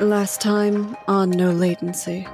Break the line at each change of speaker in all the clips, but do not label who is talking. Last time on no latency.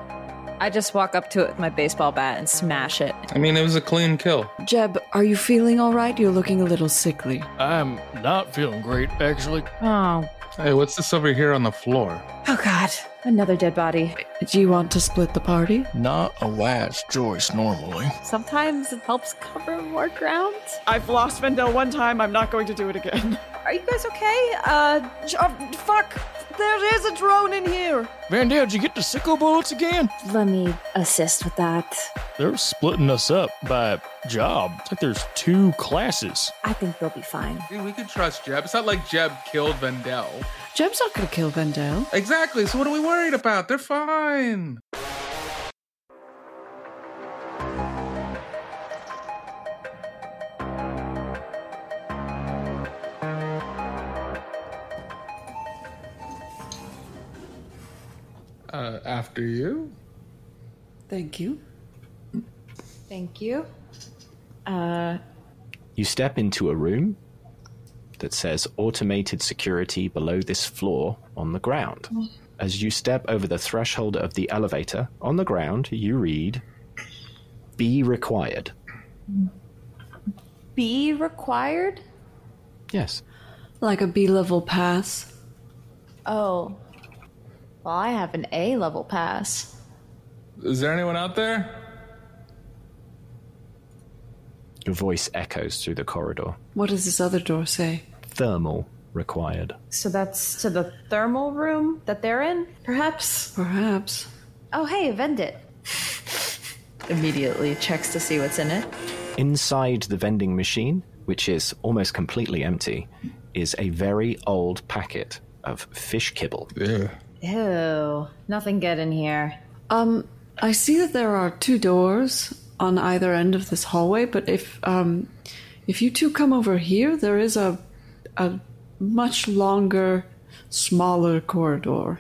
I just walk up to it with my baseball bat and smash it.
I mean, it was a clean kill.
Jeb, are you feeling all right? You're looking a little sickly.
I'm not feeling great, actually.
Oh,
Hey, what's this over here on the floor?
oh God! Another dead body.
Do you want to split the party?
Not a last choice normally.
Sometimes it helps cover more ground.
I've lost Vendel one time. I'm not going to do it again.
Are you guys okay? Uh, j- uh, fuck! There is a drone in here.
Vandale, did you get the sickle bullets again?
Let me assist with that.
They're splitting us up by job. It's like there's two classes.
I think they'll be fine.
Dude, we can trust Jeb. It's not like Jeb killed Vendel.
Jeb's not gonna kill Vendel.
Exactly. So what are we worried about? They're fine. Uh, after you.
Thank you.
Thank you.
You step into a room that says automated security below this floor on the ground. As you step over the threshold of the elevator on the ground, you read be required.
Be required?
Yes.
Like a B level pass.
Oh. Well, I have an A level pass.
Is there anyone out there?
Your voice echoes through the corridor.
What does this other door say?
Thermal required.
So that's to the thermal room that they're in, perhaps.
Perhaps.
Oh, hey, Vendit. Immediately checks to see what's in it.
Inside the vending machine, which is almost completely empty, is a very old packet of fish kibble.
Yeah.
Ew, nothing good in here.
Um, I see that there are two doors on either end of this hallway, but if um, if you two come over here, there is a a much longer, smaller corridor.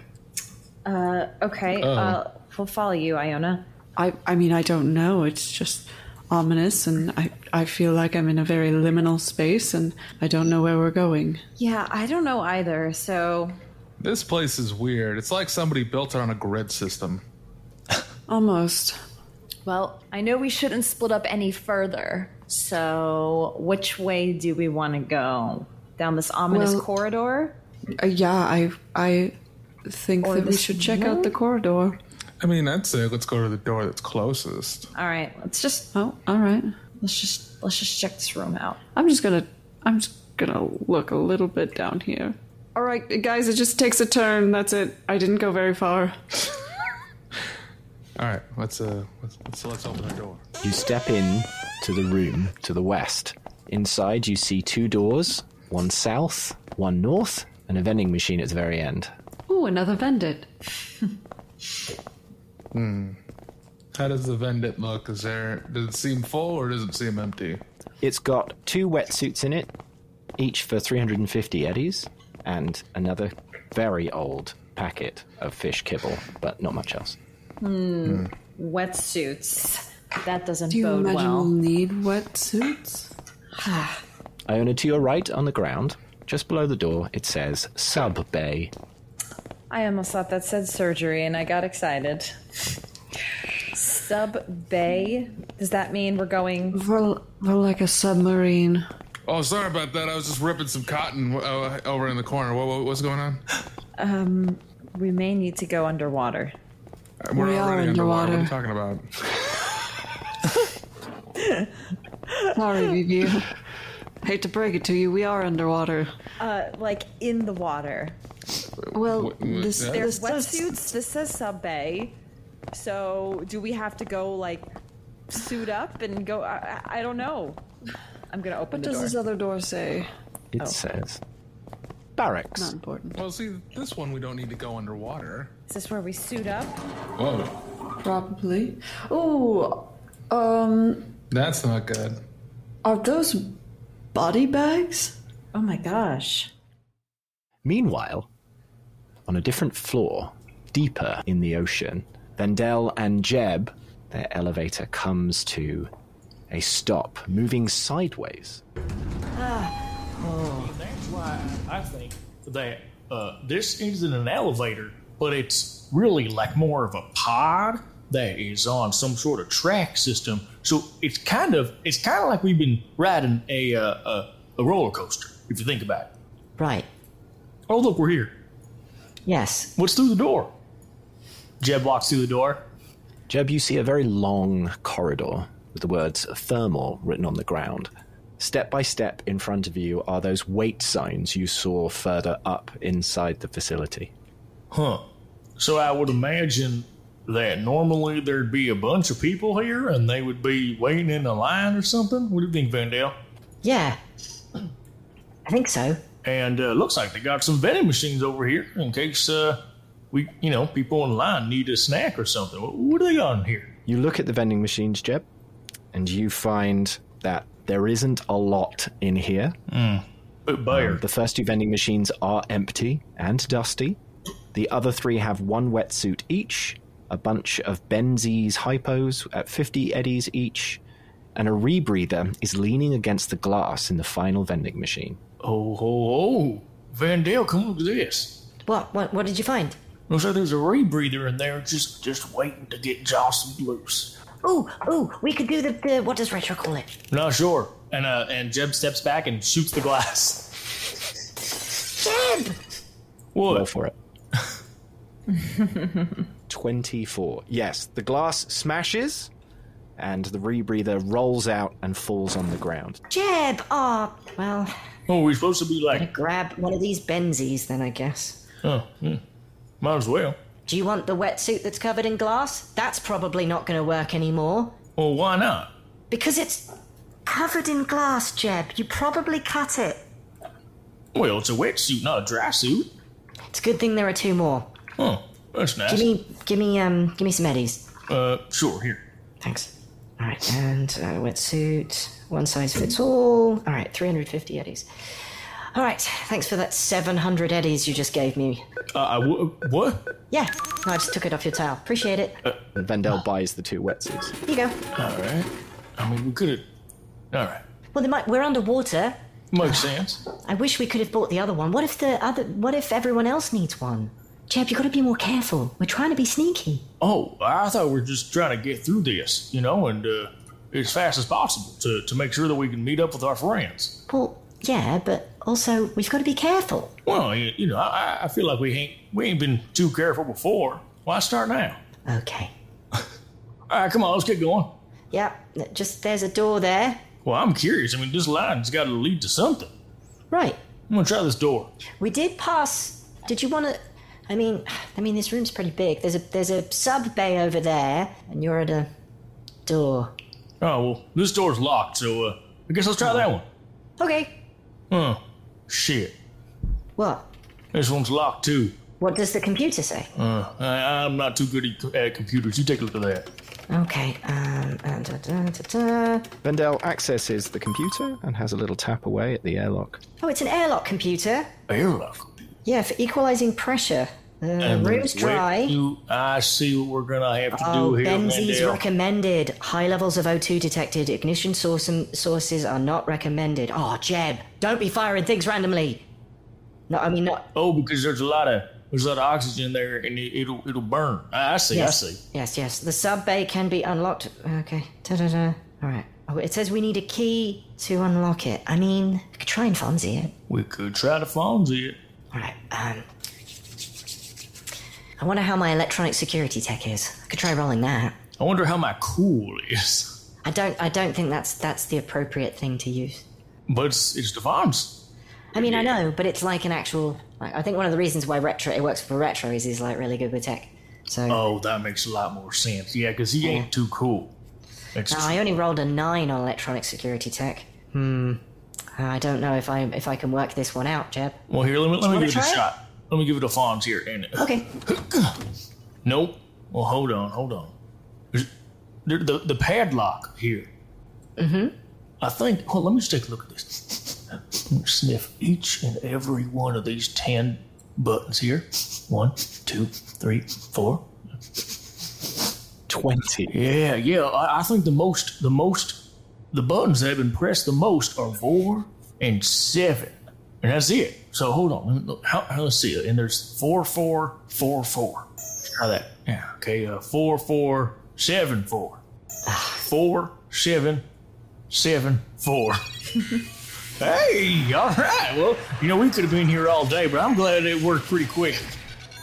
Okay, uh, we'll follow you, Iona.
I I mean I don't know. It's just ominous, and I I feel like I'm in a very liminal space, and I don't know where we're going.
Yeah, I don't know either, so
This place is weird. It's like somebody built it on a grid system.
Almost.
Well, I know we shouldn't split up any further. So, which way do we want to go? Down this ominous
Well-
corridor?
Uh, yeah, I I think that we
this
should check out the corridor.
I mean, I'd say let's go to the door that's closest.
All right, let's just
Oh, all right.
let's just let's just check this room out.
I'm just gonna I'm just gonna look a little bit down here. All right, guys, it just takes a turn. That's it. I didn't go very far.
All right, let's uh, let's let's, let's open the door.
You step in to the room to the west. Inside, you see two doors one south, one north, and a vending machine at the very end.
Ooh, another vendit.
How does the vendit look? Is there does it seem full or does it seem empty?
It's got two wetsuits in it, each for 350 eddies, and another very old packet of fish kibble, but not much else.
Wetsuits. That doesn't
Do you
bode
imagine we'll
well.
need wetsuits?
Iona, to your right on the ground, just below the door, it says Sub Bay.
I almost thought that said surgery and I got excited. Sub bay. Does that mean we're going
We're, we're like a submarine.
Oh, sorry about that. I was just ripping some cotton uh, over in the corner. What, what, what's going on?
we may need to go underwater.
We're
We are
What are you
underwater.
talking about?
Sorry, Vivi. Hate to break it to you, we are underwater.
Uh like in the water.
Well,
What- what-
this,
yeah?
this does-
Wetsuits, this says sub bay. So do we have to go like suit up and go? I, I I don't know. I'm gonna open
What
the
does
door.
this other door say?
It says Barracks.
Not important.
Well, see, this one we don't need to go underwater.
Is this where we suit up?
Whoa,
Probably. Ooh, um,
that's not good.
are those body bags?
Oh my gosh!
Meanwhile, on a different floor, deeper in the ocean, Vendel and Jeb, their elevator comes to a stop, moving sideways.
That's why I think that uh, this isn't an elevator.
but it's really like more of a pod that is on some sort of track system. So it's kind of it's kind of like we've been riding a uh, a, a roller coaster if you think about it.
Right.
Oh look, we're here.
Yes.
What's through the door? Jeb walks through the door.
Jeb, you see a very long corridor with the words thermal written on the ground. Step by step in front of you are those weight signs you saw further up inside the facility.
Huh. So I would imagine that normally there'd be a bunch of people here and they would be waiting in a line or something. What do you think, Vandale?
Yeah. I think so.
And uh, looks like they got some vending machines over here in case uh, we, you know, people in line need a snack or something. What, what do they got in here?
You look at the vending machines, Jeb, and you find that there isn't a lot in here.
Uh, Bayer.
The first two vending machines are empty and dusty. The other three have one wetsuit each, a bunch of Benzies hypos at 50 eddies each, and a rebreather is leaning against the glass in the final vending machine.
oh, oh, oh. Vandale, come look at this.
What? What? What did you find?
Looks like there's a rebreather in there just just waiting to get jostled loose.
Oh, oh, we could do the, the what does retro call it?
Not sure. And uh, and Jeb steps back and shoots the glass.
Jeb.
Roll
What?
for it. 24. Yes, the glass smashes, and the rebreather rolls out and falls on the ground.
Jeb. Ah. well,
Oh, we're supposed to be like,
grab one of these Benzies then, I guess.
oh, yeah, might as well.
Do you want the wetsuit that's covered in glass? That's probably not going to work anymore
Well, why not?
because it's covered in glass, Jeb. You probably cut it.
Well, it's a wetsuit, not a dry suit.
It's a good thing there are two more.
Oh, that's nice.
Give me, give me, um, give me some eddies.
uh, sure, here.
Thanks. All right, and uh, wetsuit, one size fits all. All right, 350 eddies. All right, thanks for that 700 eddies you just gave me.
Uh, I w- what?
Yeah, no, I just took it off your towel. Appreciate it.
And Vendel buys the two wetsuits.
Here you go.
All right. I mean, we could have. All right.
Well, they might, we're underwater.
Makes sense.
I wish we could have bought the other one. What if the other? What if everyone else needs one? Jeb, you got to be more careful. We're trying to be sneaky.
Oh, I thought we were just trying to get through this, you know, and uh, as fast as possible to, to make sure that we can meet up with our friends.
Well, yeah, but also we've got to be careful.
Well, you, you know, I, I- I feel like we ain't we ain't been too careful before. Why start now?
Okay.
All right, come on, let's get going.
Yeah, just there's a door there.
Well, I'm curious. I mean, this line's got to lead to something.
Right.
I'm gonna try this door.
We did pass. Did you want to? I mean, I mean, this room's pretty big. There's a there's a sub bay over there, and you're at a door.
Oh well, this door's locked, so uh, I guess let's try that one.
Okay.
Oh, shit,
What?
this one's locked too.
What does the computer say?
Uh, I, I'm not too good at, at computers. You take a look at that.
Okay. Um. uh, da, da, da, da.
Vendel accesses the computer and has a little tap away at the airlock.
Oh, it's an airlock computer.
Airlock.
Yeah, for equalizing pressure. The room's dry.
You, I see what we're gonna have to
Oh,
do here,
Benzies
Mandel.
recommended. High levels of O2 detected. Ignition source sources are not recommended. Oh, Jeb, don't be firing things randomly. No, I mean not.
oh, because there's a lot of there's a lot of oxygen there, and it, it'll it'll burn. I I see. I see.
Yes, yes. The sub bay can be unlocked. Okay. Da-da-da. All right. Oh, it says we need a key to unlock it. I mean, I could try and Fonzie it.
We could try to Fonzie it.
All right. Um. I wonder how my electronic security tech is. I could try rolling that.
I wonder how my cool is.
I don't. I don't think that's that's the appropriate thing to use.
But it's, it's Devon's.
I mean, I know, but it's like an actual. Like, I think one of the reasons why retro it works for retro is he's like really good with tech. So
Oh, that makes a lot more sense. Yeah, because he ain't too cool. It's
No, I only rolled a nine on electronic security tech. Hmm. I don't know if I if I can work this one out, Jeb.
Well, here, let me, let me
wanna
give it a
try it?
shot. Let me give it a Fonz here. And
Okay.
nope. Well, hold on, hold on. There's- The, the, the padlock here. Mm-hmm. I think. Well, let me just take a look at this. Let me Sniff each and every one of these ten buttons here. One, two, three, four.
20.
Yeah, yeah. I, I think the most, the most, the buttons that have been pressed the most are four and seven, and that's it. So hold on. Let me look. How, how- let's see. And there's four, four, four, four. Let's try that. Yeah. Okay. Uh, four, four, seven, four. Four, seven, seven, four. hey. All right. Well, you know, we could have been here all day, but I'm glad it worked pretty quick.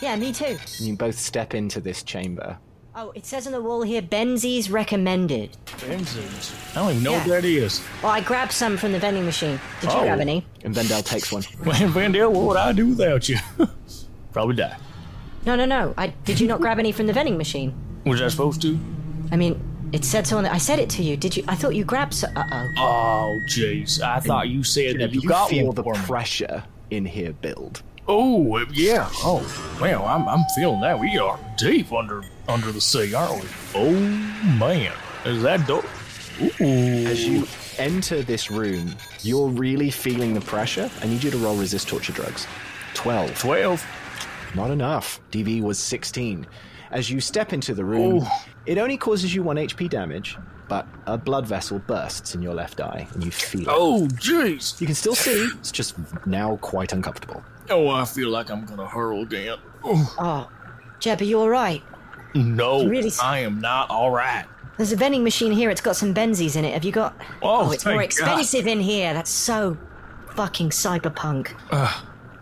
Yeah, me too.
You both step into this chamber.
Oh, it says on the wall here, Benzies recommended.
Benzos. I don't even know what
Yeah.
that is.
Well, I grabbed some from the vending machine. Did you
Oh.
grab any?
And Vendel takes one.
Man, Vandale, what would I do without you? Probably die.
No, no, no. I did you not grab any from the vending machine?
Was I supposed to?
I mean, it said so on the. I said it to you. Did you? I thought you grabbed. So, uh oh.
Oh, jeez. I thought you said that you, got
feel
one
the
for me.
pressure in here build.
Oh, yeah. Oh, well, I'm, I'm feeling that. We are deep under under the sea, aren't we? Oh, man. Is that door? Ooh.
As you enter this room, you're really feeling the pressure. I need you to roll resist torture drugs. 12.
12.
Not enough. DV was 16. As you step into the room, it only causes you 1 HP damage, but a blood vessel bursts in your left eye, and you feel it.
Oh, jeez.
You can still see, it's just now quite uncomfortable.
Oh, I feel like I'm going to hurl down. Oh,
Oh, Jeb, are you all right?
no,
Really s-
I am not all right.
There's a vending machine here. It's got some Benzies in it. Have you got?
Oh,
it's
thank
more
God.
expensive in here. That's so fucking cyberpunk.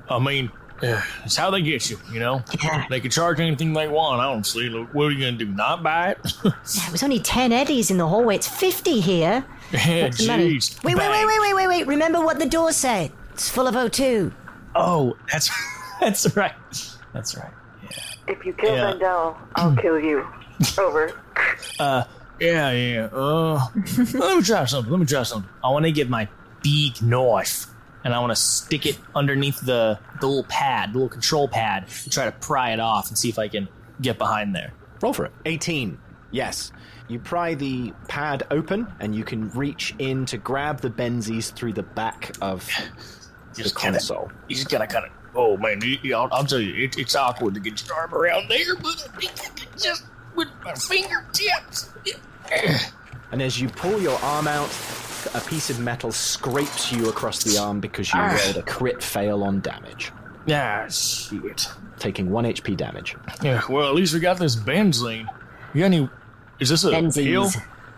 I mean, eh, it's how they get you, you know?
Yeah.
They can charge anything they want, honestly. Look, what are you going to do? Not buy it?
It was only ten eddies in the hallway. It's fifty here.
yeah,
What's the money?
jeez.
Wait, wait, wait,
Bang.
wait, wait, wait, wait. Remember what the door said. It's full of O2.
Oh, that's that's right. That's right.
If you kill
Yeah.
Vendel, I'll kill you. Over.
Yeah, yeah. Uh, let me try something. Let me try something. I want to get my big knife, and I want to stick it underneath the the little pad, the little control pad, and try to pry it off and see if I can get behind there.
Roll for it. 18. Yes. You pry the pad open, and you can reach in to grab the Benzies through the back of the
kinda-
console.
You just gotta kind of. Oh man, you, you- I'll, I'll tell you, it, it's awkward to get your arm around there, but I think I can just with my fingertips.
And as you pull your arm out, a piece of metal scrapes you across the arm because you rolled a crit fail on damage,
Yeah, Ah, shit.
taking 1 HP damage.
Yeah, well, at least we got this benzene. You got any? Is this a
Benzies.
pill?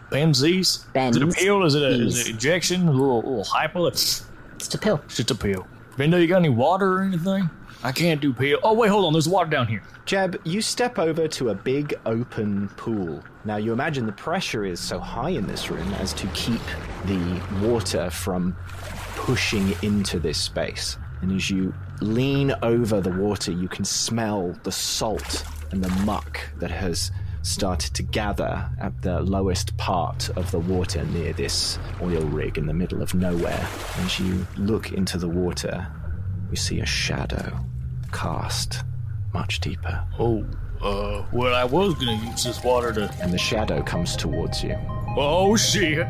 Benzies? Is it a pill? Is it, a, is it an injection? A little, little hypo? It's
It's a pill.
just a pill. Vendo, you got any water or anything? I can't do pill. Oh, wait, hold on. There's water down here.
Jeb, you step over to a big open pool. Now, you imagine the pressure is so high in this room as to keep the water from pushing into this space. And as you lean over the water, you can smell the salt and the muck that has started to gather at the lowest part of the water near this oil rig in the middle of nowhere. As you look into the water, you see a shadow cast much deeper.
Oh, uh, well, I was going to use this water to.
And the shadow comes towards you.
Oh, shit.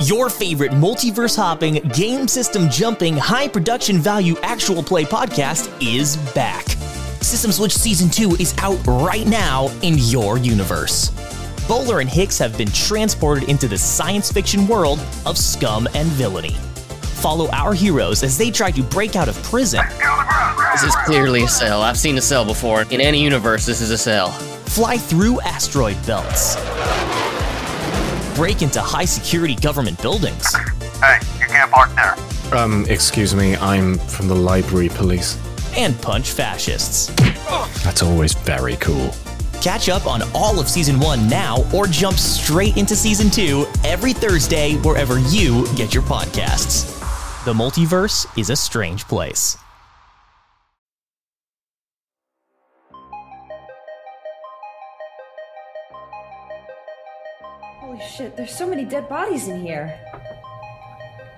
Your favorite multiverse hopping, game system jumping, high production value actual play podcast is back. System Switch Season 2 is out right now in your universe. Bowler and Hicks have been transported into the science fiction world of scum and villainy. Follow our heroes as they try to break out of prison,
This is clearly a cell. I've seen a cell before. In any universe, this is a cell.
fly through asteroid belts, break into high security government buildings.
Hey, you can't park there.
Um, excuse me, I'm from the library police.
and punch fascists.
That's always very cool.
Catch up on all of season one now or jump straight into season two every Thursday wherever you get your podcasts. The multiverse is a strange place.
Holy shit, there's so many dead bodies in here.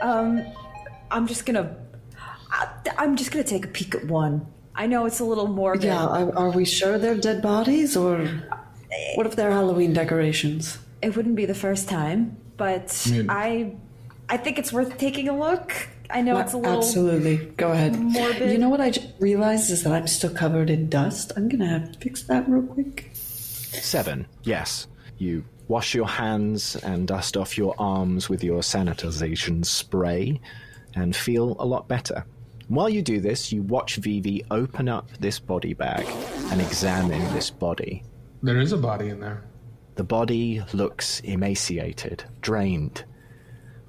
Um, I'm just gonna. I, I'm just gonna take a peek at one. I know it's a little morbid.
Yeah, are, are we sure they're dead bodies or what if they're Halloween decorations?
It wouldn't be the first time, but I. I think it's worth taking a look. I know it's a little.
Absolutely. Go ahead.
morbid.
You know what I just realized is that I'm still covered in dust. I'm going to have to fix that real quick.
Seven. Yes. You wash your hands and dust off your arms with your sanitization spray and feel a lot better. While you do this, you watch Vivi open up this body bag and examine this body.
There is a body in there.
The body looks emaciated, drained,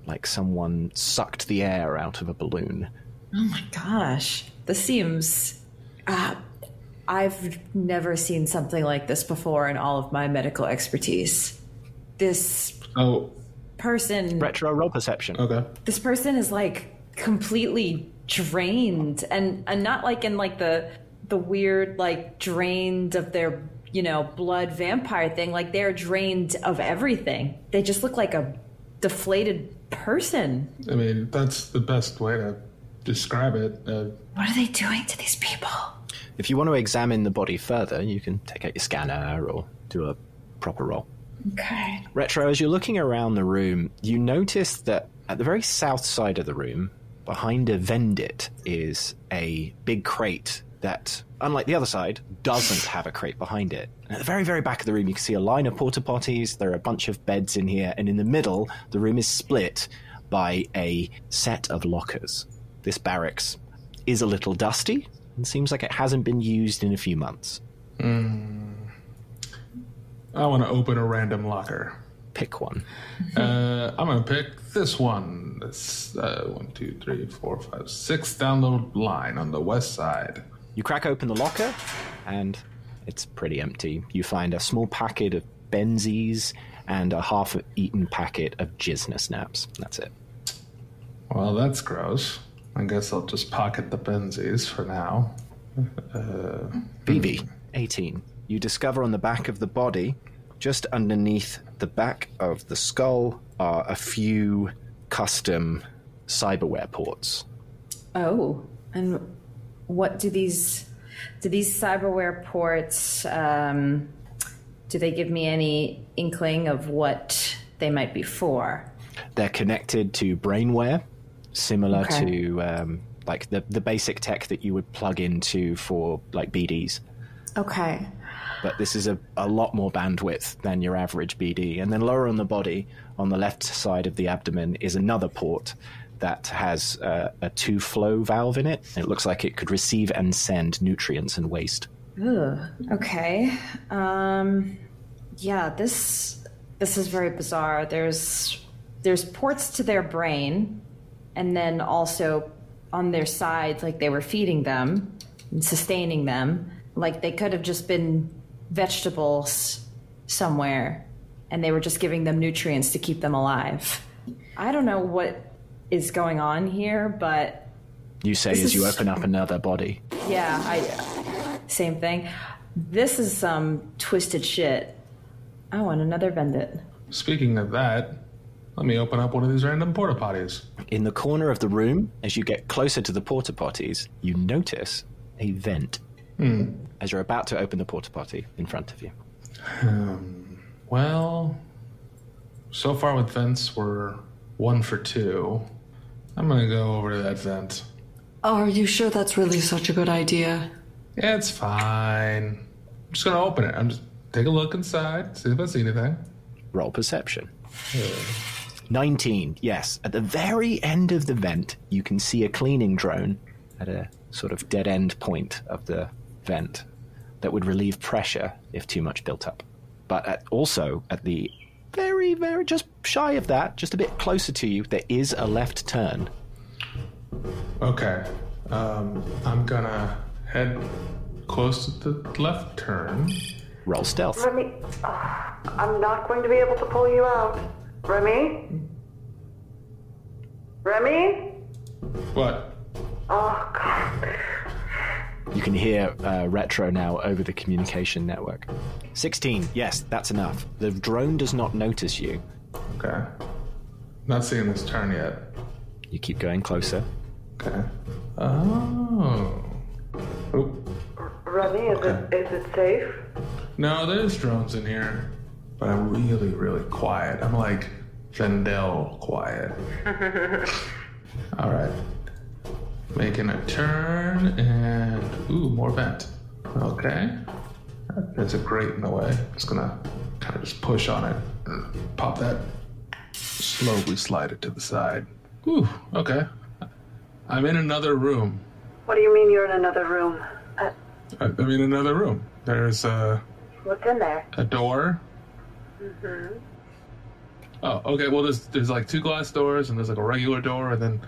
like someone sucked the air out of a balloon.
Oh my gosh. This seems. Uh, I've never seen something like this before in all of my medical expertise. This
Oh,
person.
Retro roll perception.
Okay.
This person is like completely drained and, and not like in like the the weird like drained of their you know blood vampire thing like they're drained of everything they just look like a deflated person
I mean, that's the best way to describe it. Uh,
what are they doing to these people
If you want to examine the body further, you can take out your scanner or do a proper roll.
okay
Retro, as you're looking around the room, you notice that at the very south side of the room, behind a vendit, is a big crate that, unlike the other side, doesn't have a crate behind it. And at the very, very back of the room, you can see a line of porta potties. There are a bunch of beds in here, and in the middle, the room is split by a set of lockers. This barracks is a little dusty and seems like it hasn't been used in a few months.
I want to open a random locker.
Pick one.
Uh, I'm going to pick this one. This uh, one, two, three, four, five, six down the line on the west side.
You crack open the locker, and it's pretty empty. You find a small packet of Benzies and a half-eaten packet of Jizna snaps. That's it.
Well, that's gross. I guess I'll just pocket the Benzies for now. Uh,
BB, 18. You discover on the back of the body, just underneath the back of the skull, are a few custom cyberware ports.
Oh, and what do these do these cyberware ports? Um, do they give me any inkling of what they might be for?
They're connected to brainware, similar
Okay.
to um, like the, the basic tech that you would plug into for like BDs.
Okay.
but this is a, a lot more bandwidth than your average BD. And then lower on the body, on the left side of the abdomen, is another port that has uh, a two flow valve in it. It looks like it could receive and send nutrients and waste.
Ugh, okay. Um, yeah, this this is very bizarre. There's there's ports to their brain, and then also on their sides, like they were feeding them and sustaining them. Like they could have just been vegetables somewhere, and they were just giving them nutrients to keep them alive. I don't know what is going on here, but
You say
This
as you
is-
open up another body.
yeah, I same thing. This is some twisted shit. I want another vendit.
speaking of that, let me open up one of these random porta potties.
In the corner of the room, as you get closer to the porta potties, you notice a vent
Hmm.
as you're about to open the porta potty in front of you.
Um, well, so far with vents, we're one for two. I'm gonna go over to that vent.
Are you sure that's really such a good idea?
Yeah, it's fine. I'm just gonna open it. I'm just take a look inside, see if I see anything.
Roll perception. 19. Yes. At the very end of the vent, you can see a cleaning drone at a sort of dead end point of the vent that would relieve pressure if too much built up. But at, also at the very, very just shy of that, just a bit closer to you, there is a left turn.
Okay. Um, I'm gonna head close to the left turn.
Roll stealth.
Remy, ah, I'm not going to be able to pull you out. Remy? Remy?
What?
Oh, God.
You can hear uh, retro now over the communication network. 16. Yes, that's enough. The drone does not notice you.
Okay. Not seeing this turn yet.
You keep going closer.
Okay. Oh. Oop.
Remy, is, it, is it safe?
No, there's drones in here, but I'm really, really quiet. I'm like Vendel quiet. All right. Making a turn and ooh, more vent. Okay. There's a grate in the way. It's gonna kind of just push on it and pop that. Slowly slide it to the side. Whew, okay. I'm in another room.
What do you mean you're in another room? Uh,
I- I'm in another room. There's a,
what's in there?
a door.
Mm-hmm.
Oh, okay. Well, there's there's like two glass doors, and there's like a regular door, and then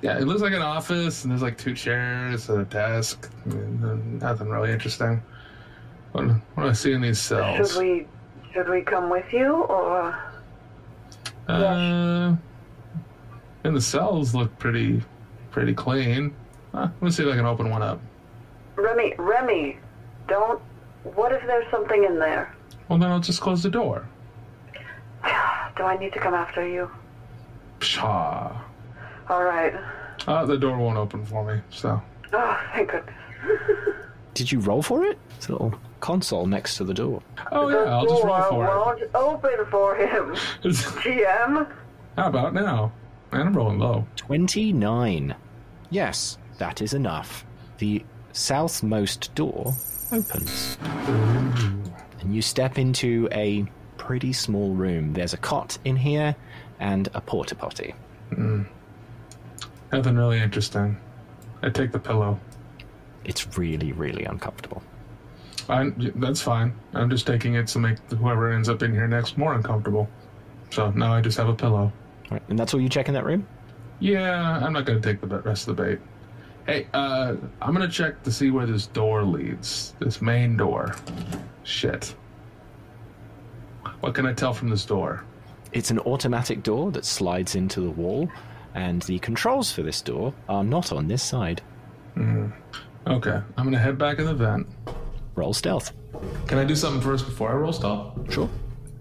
yeah, it looks like an office, and there's like two chairs and a desk. And, then nothing really interesting. What, what do I see in these cells?
Should we should we come with you or
Uh, and the cells look pretty pretty clean. Huh, let me see if I can open one up.
Remy? Remy, don't. What if there's something in there?
Well, then I'll just close the door.
Do I need to come after you?
Pshaw.
All right.
Uh, the door won't open for me, so.
Oh, thank goodness.
Did you roll for it? It's a little console next to the door.
Oh yeah, I'll just roll for it.
won't open for him. GM.
How about now? And I'm rolling low.
29. Yes, that is enough. The southmost door opens. And you step into a pretty small room. There's a cot in here and a porta potty.
Mm. Nothing really interesting. I take the pillow.
It's really, really uncomfortable.
I, that's fine. I'm just taking it to make whoever ends up in here next more uncomfortable. So now I just have a pillow.
Right, and that's all you check in that room?
Yeah, I'm not going to take the be- rest of the bait. Hey, uh, I'm going to check to see where this door leads. This main door. Shit. What can I tell from this door?
It's an automatic door that slides into the wall, and the controls for this door are not on this side.
Mm. Okay, I'm going to head back in the vent.
Roll stealth.
Can I do something first before I roll stop?
Sure.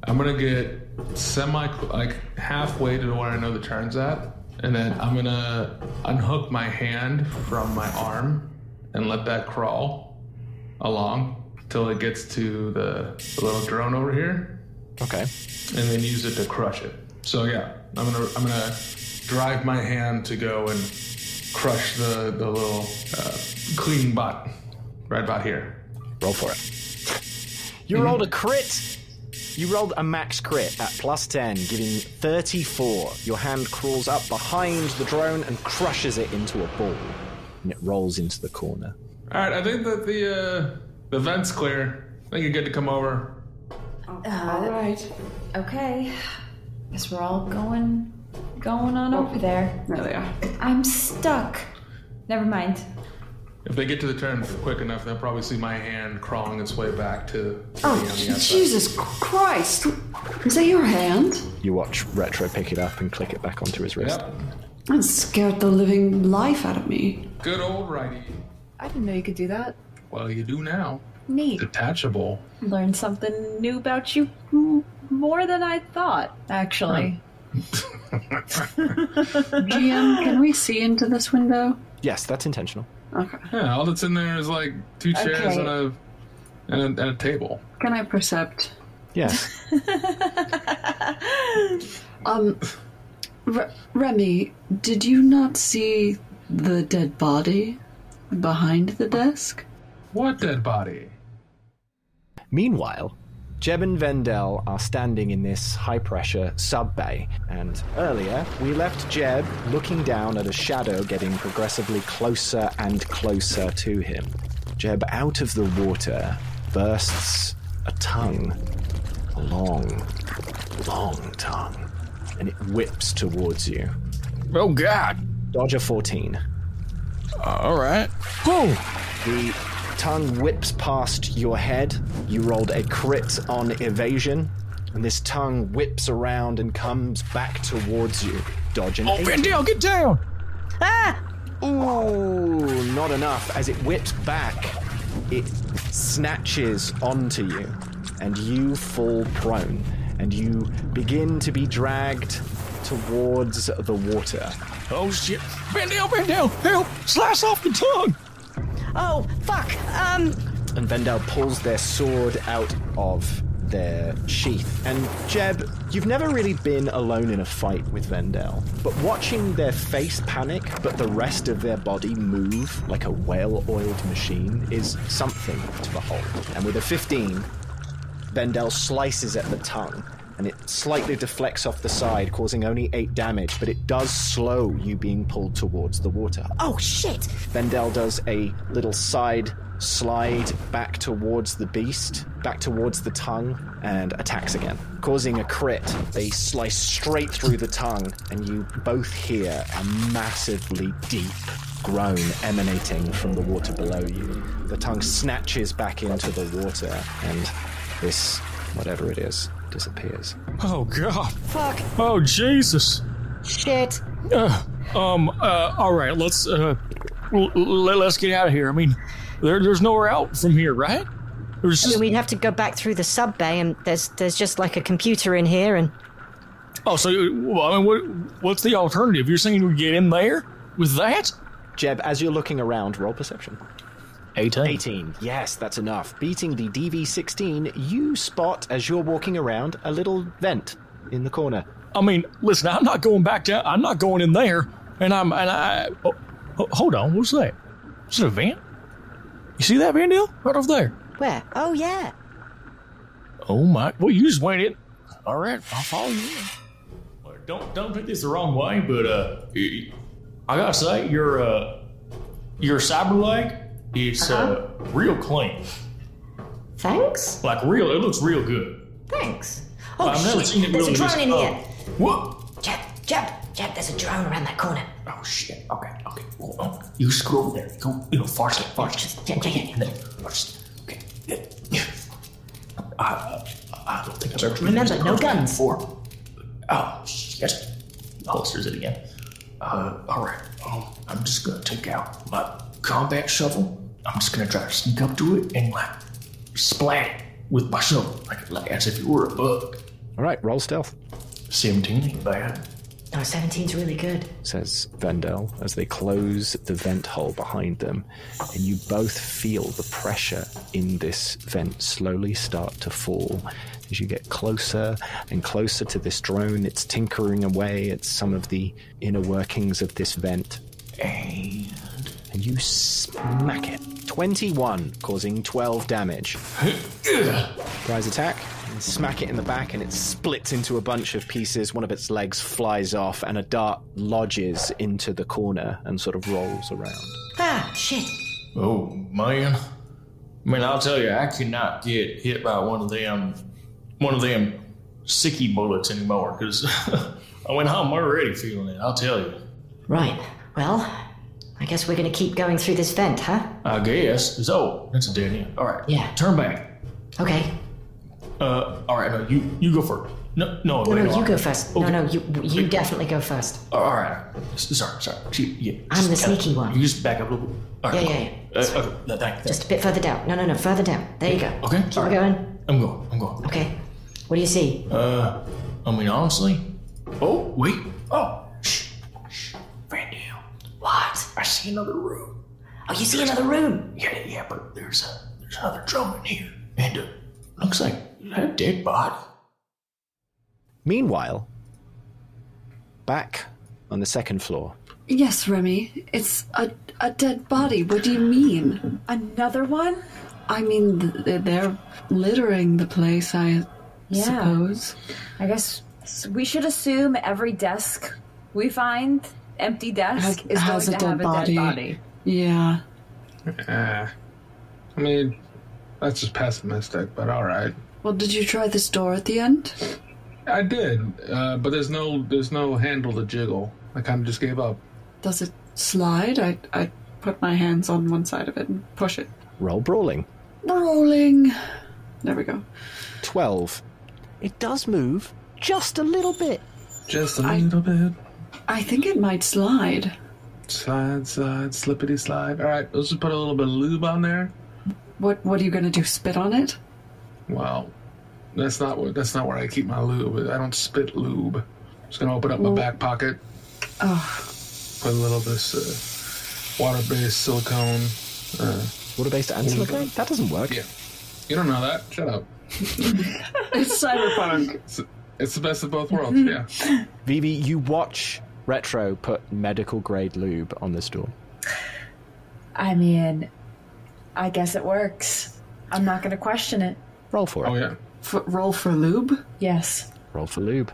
I'm gonna get semi like halfway to where I know the turn's at, and then I'm gonna unhook my hand from my arm and let that crawl along till it gets to the, the little drone over here,
Okay.
and then use it to crush it. So yeah, I'm gonna I'm gonna drive my hand to go and crush the the little uh, cleaning bot right about here.
Roll for it. You rolled a crit. You rolled a max crit at plus 10, giving 34. Your hand crawls up behind the drone and crushes it into a ball, and it rolls into the corner.
All right, I think that the uh, the vent's clear. I think you're good to come over.
all right. Okay. Guess we're all going going on over there.
There they are.
I'm stuck. Never mind.
If they get to the turn quick enough, they'll probably see my hand crawling its way back to.
Oh, Jesus Christ! Is that your hand?
You watch Retro pick it up and click it back onto his wrist.
That scared the living life out of me.
Good old righty.
I didn't know you could do that.
Well, you do now.
Neat.
Detachable.
Hmm.
Learned something new about you m- more than I thought, actually.
GM, can we see into this window?
Yes, that's intentional.
Okay.
Yeah, all that's in there is like two chairs
Okay.
and, a, and a and a table.
Can I percept?
Yes.
Um, R- Remy, did you not see the dead body behind the desk?
What dead body?
Meanwhile, Jeb and Vendel are standing in this high pressure sub bay, and earlier we left Jeb looking down at a shadow getting progressively closer and closer to him. Jeb, out of the water, bursts a tongue. A long, long tongue. And it whips towards you.
Oh, God.
Dodger 14.
All right.
Boom! The tongue whips past your head. You rolled a crit on evasion, and this tongue whips around and comes back towards you. Dodge an
Oh,
18.
Vendel, get down!
Ah! Ooh, not enough. As it whips back, it snatches onto you, and you fall prone, and you begin to be dragged towards the water.
Oh, shit. Vendel, Vendel, help! Slice off the tongue!
Oh, fuck. Um,
and Vendel pulls their sword out of their sheath. And Jeb, you've never really been alone in a fight with Vendel, but watching their face panic, but the rest of their body move like a well oiled machine, is something to behold. And with a 15, Vendel slices at the tongue. And it slightly deflects off the side, causing only 8 damage, but it does slow you being pulled towards the water.
Oh, shit!
Vendel does a little side slide back towards the beast, back towards the tongue, and attacks again, causing a crit. They slice straight through the tongue, and you both hear a massively deep groan emanating from the water below you. The tongue snatches back into the water, and this, whatever it is, disappears.
Oh god.
Fuck.
Oh Jesus.
Shit.
Uh, um. Uh. All right. Let's. Uh. L- l- let's get out of here. I mean, there, there's nowhere out from here, right? There's
I mean, we'd have to go back through the sub bay, and there's there's just like a computer in here, and
Oh, so well, I mean, what, what's the alternative? You're saying we get in there with that?
Jeb, as you're looking around, roll perception.
18.
18. Yes, that's enough. Beating the DV16, you spot as you're walking around a little vent in the corner.
I mean, listen, I'm not going back down. I'm not going in there. And I'm and I. Oh, ho- hold on, what's that? Is it a van? You see that van deal right over there?
where? Oh yeah.
Oh my! Well, you just went in. All right, I'll follow you. In. Don't don't take this the wrong way, but uh, I gotta say your uh, your cyber leg is uh real clean.
Thanks.
Like real, it looks real good.
Thanks. Oh
I've never
shit!
seen it
there's
really
a drone
just-
in
oh.
here.
What?
Jeb, Jeb, Jeb. There's a drone around that corner.
Oh shit! Okay, okay. Well, oh, you just go over there. Go, you know, far step, far step.
Yeah, yeah, yeah.
There, far step. Okay. I, I, I don't think I've ever.
Remember, no guns.
Before. Oh yes. Holsters it again. Uh, all right. Um, I'm just gonna take out my combat shovel. I'm just gonna try to sneak up to it and like splat it with my shovel, like, like as if it were a bug.
All right, roll stealth.
17 ain't bad.
No, 17's really good.
says Vendel as they close the vent hole behind them, and you both feel the pressure in this vent slowly start to fall. As you get closer and closer to this drone, it's tinkering away at some of the inner workings of this vent. And, and you smack it. 21, causing 12 damage. Rise attack. And smack it in the back, and it splits into a bunch of pieces. One of its legs flies off, and a dart lodges into the corner and sort of rolls around.
Ah, shit.
Oh man. I mean, I'll tell you, I cannot get hit by one of them, one of them sicky bullets anymore. Because I mean, I'm already feeling it. I'll tell you.
Right. Well, I guess we're gonna keep going through this vent, huh?
I guess. It's, oh, that's a dead end. All right.
Yeah.
Turn back.
Okay.
Uh. All right. No, you you go first. No, no,
No,
wait,
no, you
I-
go first.
Okay.
No, no, you you definitely go first.
All right. S- Sorry. Sorry. She- Yeah.
I'm the
Just kinda-
sneaky one.
You just back up a little. bit. All right.
Yeah, yeah,
cool. Uh, okay. No, thank- thank-
Just a bit further down. No, no, no, further down. There you go.
Okay.
Keep going.
I'm going. I'm going.
Okay. What do you see?
Uh, I mean, honestly. Oh, wait. Oh, shh. Shh. Van Dam.
What?
I see another room.
Oh, you see another room.
Yeah, yeah, but there's a there's another drum in here, and it looks like a dead body.
Meanwhile, back on the second floor,
Yes, Remy, it's a, a dead body. What do you mean?
Another one?
I mean, th- th- they're littering the place, I
Yeah.
suppose.
I guess we should assume every desk we find empty desk is
Has
going
a
to have
dead body.
a dead body.
Yeah.
Eh. I mean, that's just pessimistic, but all right.
Well, did you try this door at the end?
I did, uh, but there's no there's no handle to jiggle. I kind of just gave up.
Does it slide? I, I put my hands on one side of it and push it.
roll brawling.
Rolling. There we go.
12. It does move just a little bit.
Just a little bit.
I think it might slide.
Slide, slide, slippity slide. All right, let's just put a little bit of lube on there.
What What are you going to do? Spit on it?
Well, that's not where that's not where I keep my lube. I don't spit lube. just gonna open up my back pocket,
Oh,
put a little of this uh, water-based silicone. Uh,
Water-based and silicone? That doesn't work.
Yeah, you don't know that. Shut up.
It's cyberpunk. Mm-hmm.
It's, it's the best of both worlds, yeah.
Vivi, you watch Retro put medical grade lube on this door.
I mean, I guess it works. I'm not going to question it.
Roll for it. Oh,
yeah.
roll for lube?
Yes.
Roll for lube.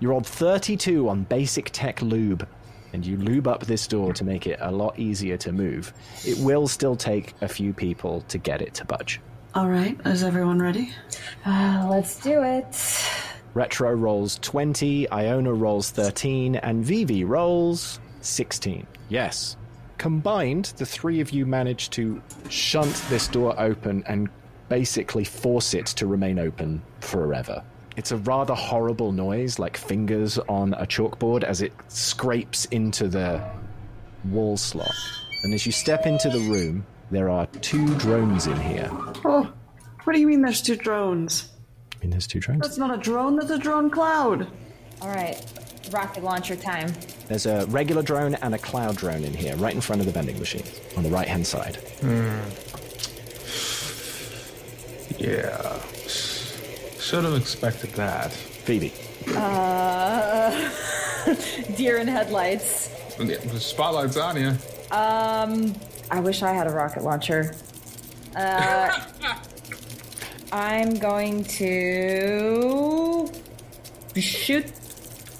You rolled 32 on basic tech lube, and you lube up this door to make it a lot easier to move. It will still take a few people to get it to budge.
All right, is everyone ready?
Uh, let's do it.
Retro rolls 20, Iona rolls 13, and Vivi rolls 16. Yes. Combined, the three of you manage to shunt this door open and basically force it to remain open forever. It's a rather horrible noise, like fingers on a chalkboard, as it scrapes into the wall slot. And as you step into the room, there are two drones in here.
Oh, what do you mean there's two drones?
I mean, there's two drones.
That's not a drone, that's a drone cloud.
All right, rocket launcher time.
There's a regular drone and a cloud drone in here, right in front of the vending machine, on the right hand side.
Yeah. Should have expected that.
Phoebe.
Uh, deer in headlights.
Yeah, the spotlight's on you.
Um, I wish I had a rocket launcher. Uh, I'm going to shoot.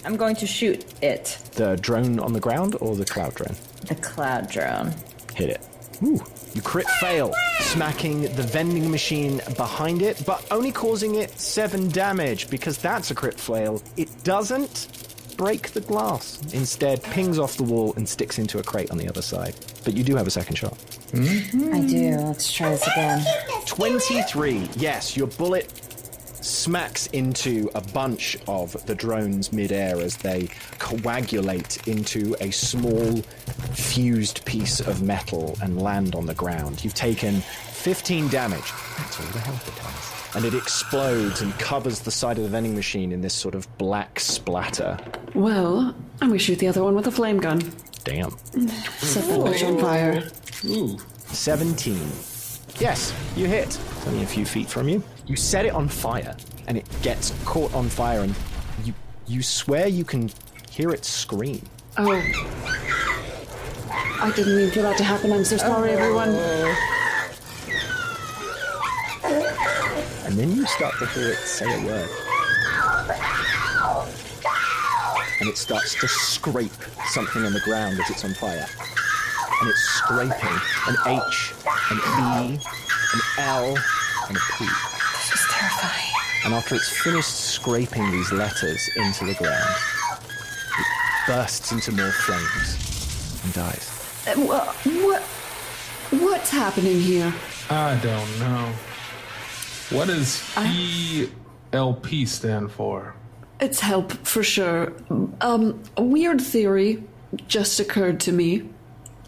I'm going to shoot it.
The drone on the ground or the cloud drone?
The cloud drone.
Hit it. Ooh. You crit fail, smacking the vending machine behind it, but only causing it seven damage because that's a crit fail. It doesn't break the glass. Instead, pings off the wall and sticks into a crate on the other side. But you do have a second shot.
I do. Let's try this again.
23. Yes, your bullet smacks into a bunch of the drones midair as they coagulate into a small fused piece of metal and land on the ground. You've taken 15 damage. That's all the health it has. And it explodes and covers the side of the vending machine in this sort of black splatter.
Well, and we shoot the other one with a flame gun.
Damn.
Set that bitch on fire.
17. Yes, you hit. It's only a few feet from you. You set it on fire, and it gets caught on fire, and you you swear you can hear it scream.
Oh. I didn't mean for that to happen. I'm so sorry, everyone.
And then you start to hear it say a word. And it starts to scrape something on the ground as it's on fire. And it's scraping an H, an E, an L, and a P.
This is terrifying.
And after it's finished scraping these letters into the ground, it bursts into more flames and dies.
Uh, wha- What? What's happening here?
I don't know. What does ELP stand for?
It's help for sure. Um, a weird theory just occurred to me.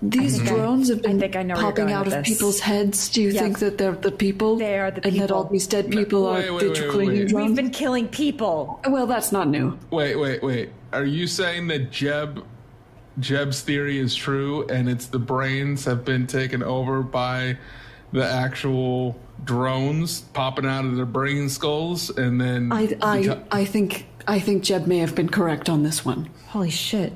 These
think I-
drones have been
know where you're
popping
going
out
with
of
this.
people's heads. Do you
Yeah.
think that they're the people? They are the And that all
people.
these dead people
Wait,
are
wait,
digital
wait,
cleaning
wait.
drones?
We've been killing people.
Well, that's not new.
Wait, wait, wait. Are you saying that Jeb Jeb's theory is true and it's the brains have been taken over by the actual drones popping out of their brain skulls and then
I, I, I think I think Jeb may have been correct on this one.
Holy shit.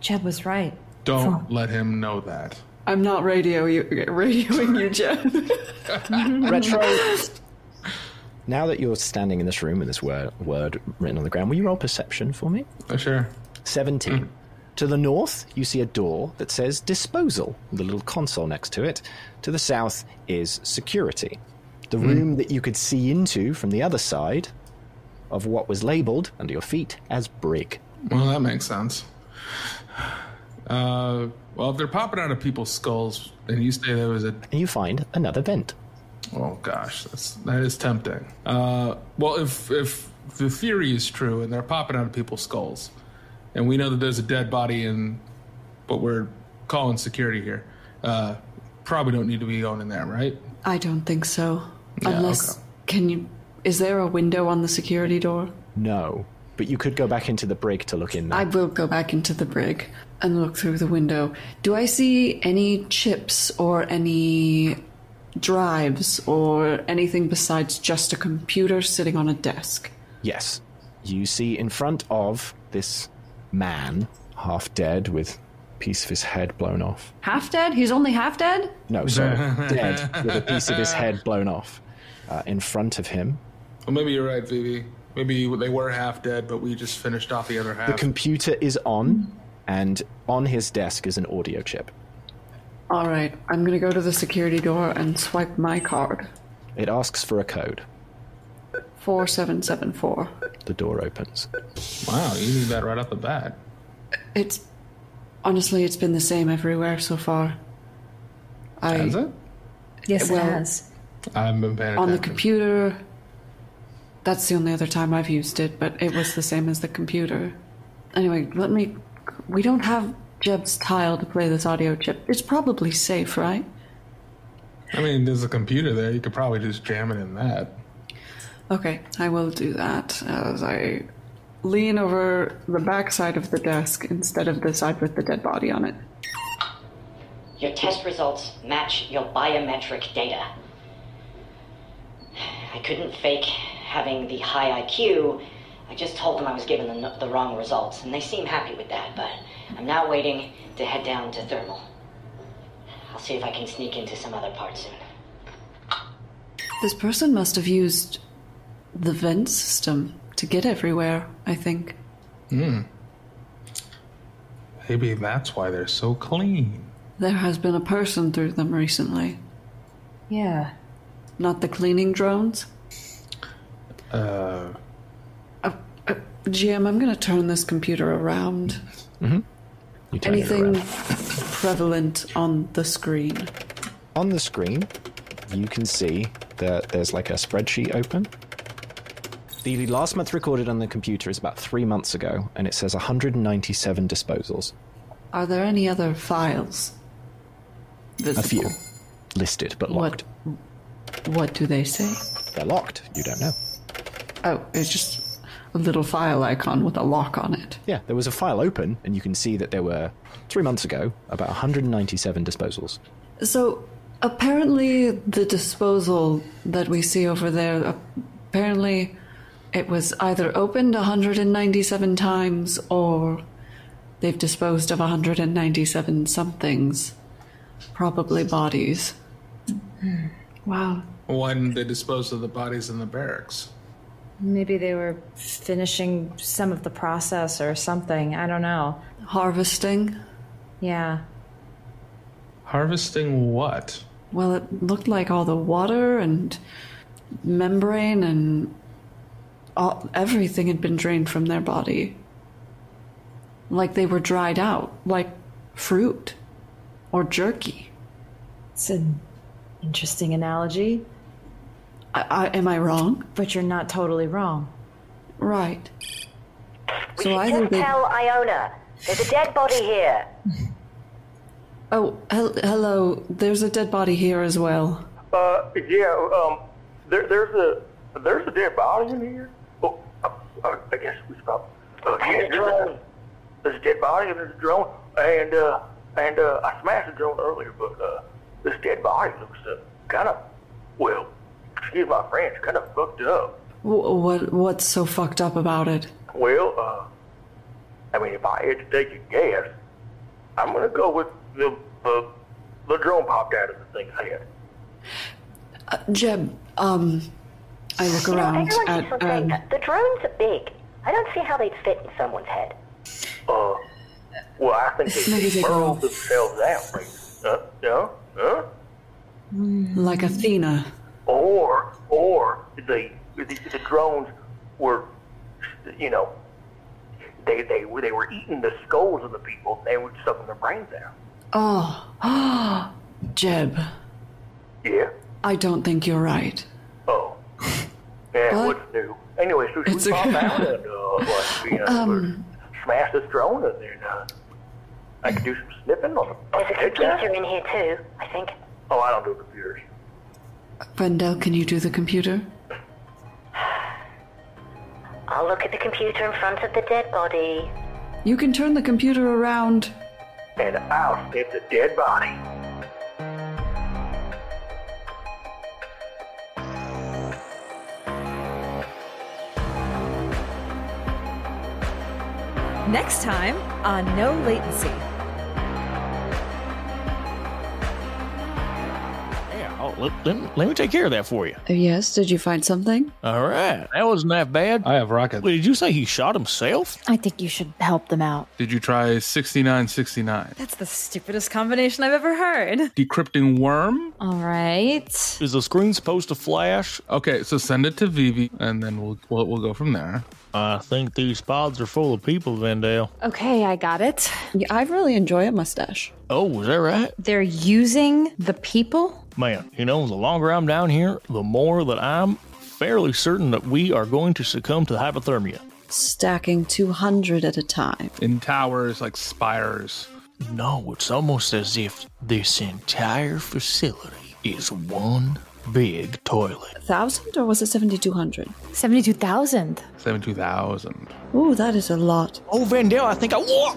Jeb was right.
don't let him know that.
I'm not radio you, radioing you, Jeb.
Retro. Now that you're standing in this room with this word, word written on the ground, will you roll perception for me?
Oh, sure.
17. To the north, you see a door that says disposal, with a little console next to it. To the south is security. The room that you could see into from the other side of what was labeled under your feet as brig.
Well, that makes sense. Uh, well, if they're popping out of people's skulls, and you say there was a,
and you find another vent.
Oh gosh, that's that is tempting. Uh, well, if if the theory is true and they're popping out of people's skulls, and we know that there's a dead body in, but we're calling security here. Uh, probably don't need to be going in there, right?
I don't think so.
Yeah,
Unless can you? Is there a window on the security door?
No, but you could go back into the brig to look in there.
I will go back into the brig and look through the window. Do I see any chips or any drives or anything besides just a computer sitting on a desk.
Yes. You see in front of this man, half dead, with piece of his head blown off.
Half dead? He's only half dead?
No, sorry, dead, with a piece of his head blown off. Uh, in front of him,
Well, maybe you're right, Vivi. Maybe they were half dead, but we just finished off the other half.
the computer is on, and on his desk is an audio chip.
All right, I'm gonna go to the security door and swipe my card.
It asks for a code.
4774.
The door opens.
Wow, you knew that right off the bat.
It's. Honestly, it's been the same everywhere so far. I,
Has it?
Yes, it Well- has.
I haven't been paying
on the
attention.
computer. That's the only other time I've used it, but it was the same as the computer. Anyway, let me. We don't have Jeb's tile to play this audio chip. It's probably safe, right?
I mean, there's a computer there. You could probably just jam it in that.
Okay, I will do that as I lean over the back side of the desk instead of the side with the dead body on it.
Your test results match your biometric data. I couldn't fake having the high IQ. I just told them I was given the, the wrong results, and they seem happy with that, but I'm now waiting to head down to thermal. I'll see if I can sneak into some other part soon.
This person must have used the vent system to get everywhere, I think.
Hmm. Maybe that's why they're so clean.
There has been a person through them recently.
Yeah.
Not the cleaning drones?
Uh,
GM, uh, I'm going to turn this computer around.
Mm-hmm. You turn it
Anything prevalent on the screen?
On the screen, you can see that there's like a spreadsheet open. The last month recorded on the computer is about three months ago, and it says 197 disposals.
Are there any other files?
A few listed, but locked.
What do they say?
They're locked. You don't know.
Oh, it's just a little file icon with a lock on it.
Yeah, there was a file open, and you can see that there were three months ago about 197 disposals.
So apparently, the disposal that we see over there, apparently, it was either opened 197 times or they've disposed of 197 somethings, probably bodies. Wow.
Why didn't they dispose of the bodies in the barracks?
Maybe they were finishing some of the process or something. I don't know.
Harvesting?
Yeah.
Harvesting what?
Well, it looked like all the water and membrane and all, everything had been drained from their body. Like they were dried out, like fruit or jerky.
It's an interesting analogy.
I, I, am I wrong?
But you're not totally wrong.
Right.
We
So either
should
they.
tell Iona. There's a dead body here.
Oh, hel- hello. There's a dead body here as well.
Uh, yeah, um, there, there's a there's a dead body in here. Oh, uh, uh, I guess we stopped. Uh, yeah, there's, a, there's a dead body and there's a drone, and uh, and uh, I smashed the drone earlier, but uh, this dead body looks uh, kind of well, excuse my French, kind of fucked up.
W- what What's so fucked up about it?
Well, uh, I mean, if I had to take a guess, I'm gonna go with the uh, the, the drone popped out of the thing's head.
Uh, Jeb, um. I look
you know,
around
everyone keeps
at.
on saying
Um,
that the drones are big. I don't see how they'd fit in someone's head.
Uh, well, I think
Maybe
they
they
burrowed themselves out. Like, uh, yeah, huh?
like Athena.
Or, or the, the the drones were, you know, they they were they were eating the skulls of the people. They were sucking their brains out.
Oh, Jeb,
Yeah.
I don't think you're right.
Oh. Yeah.
What?
What's new? Anyway, so
It's
we
okay.
found out and uh, like, you know,
Um,
smash this drone in there. And, uh, I could do some sniffing on the
There's a computer in here too, I think.
Oh, I don't do computers.
Brendel, can you do the computer?
I'll look at the computer in front of the dead body.
You can turn the computer around.
and I'll sniff the dead body.
Next time on No Latency.
Yeah, I'll- let, let me- let me take care of that for you.
Yes, did you find something?
All right. That wasn't that bad. I have rockets. Wait, did you say he shot himself?
I think you should help them out.
Did you try 6969?
That's the stupidest combination I've ever heard.
Decrypting worm?
All right.
Is the screen supposed to flash? Okay, so send it to Vivi, and then we'll we'll, we'll go from there.
I think these pods are full of people, Vendale.
Uh,
Okay, I got it.
Yeah, I really enjoy a mustache.
Oh, was that right?
They're using the people?
Man, you know, the longer I'm down here, the more that I'm fairly certain that we are going to succumb to hypothermia.
Stacking 200 at a time.
In towers, like spires. No, it's almost as if this entire facility is one big toilet.
1,000 or was it 7,200?
72,000.
72,000.
Ooh, that is a lot.
Oh, Vandale, I think I. Whoa!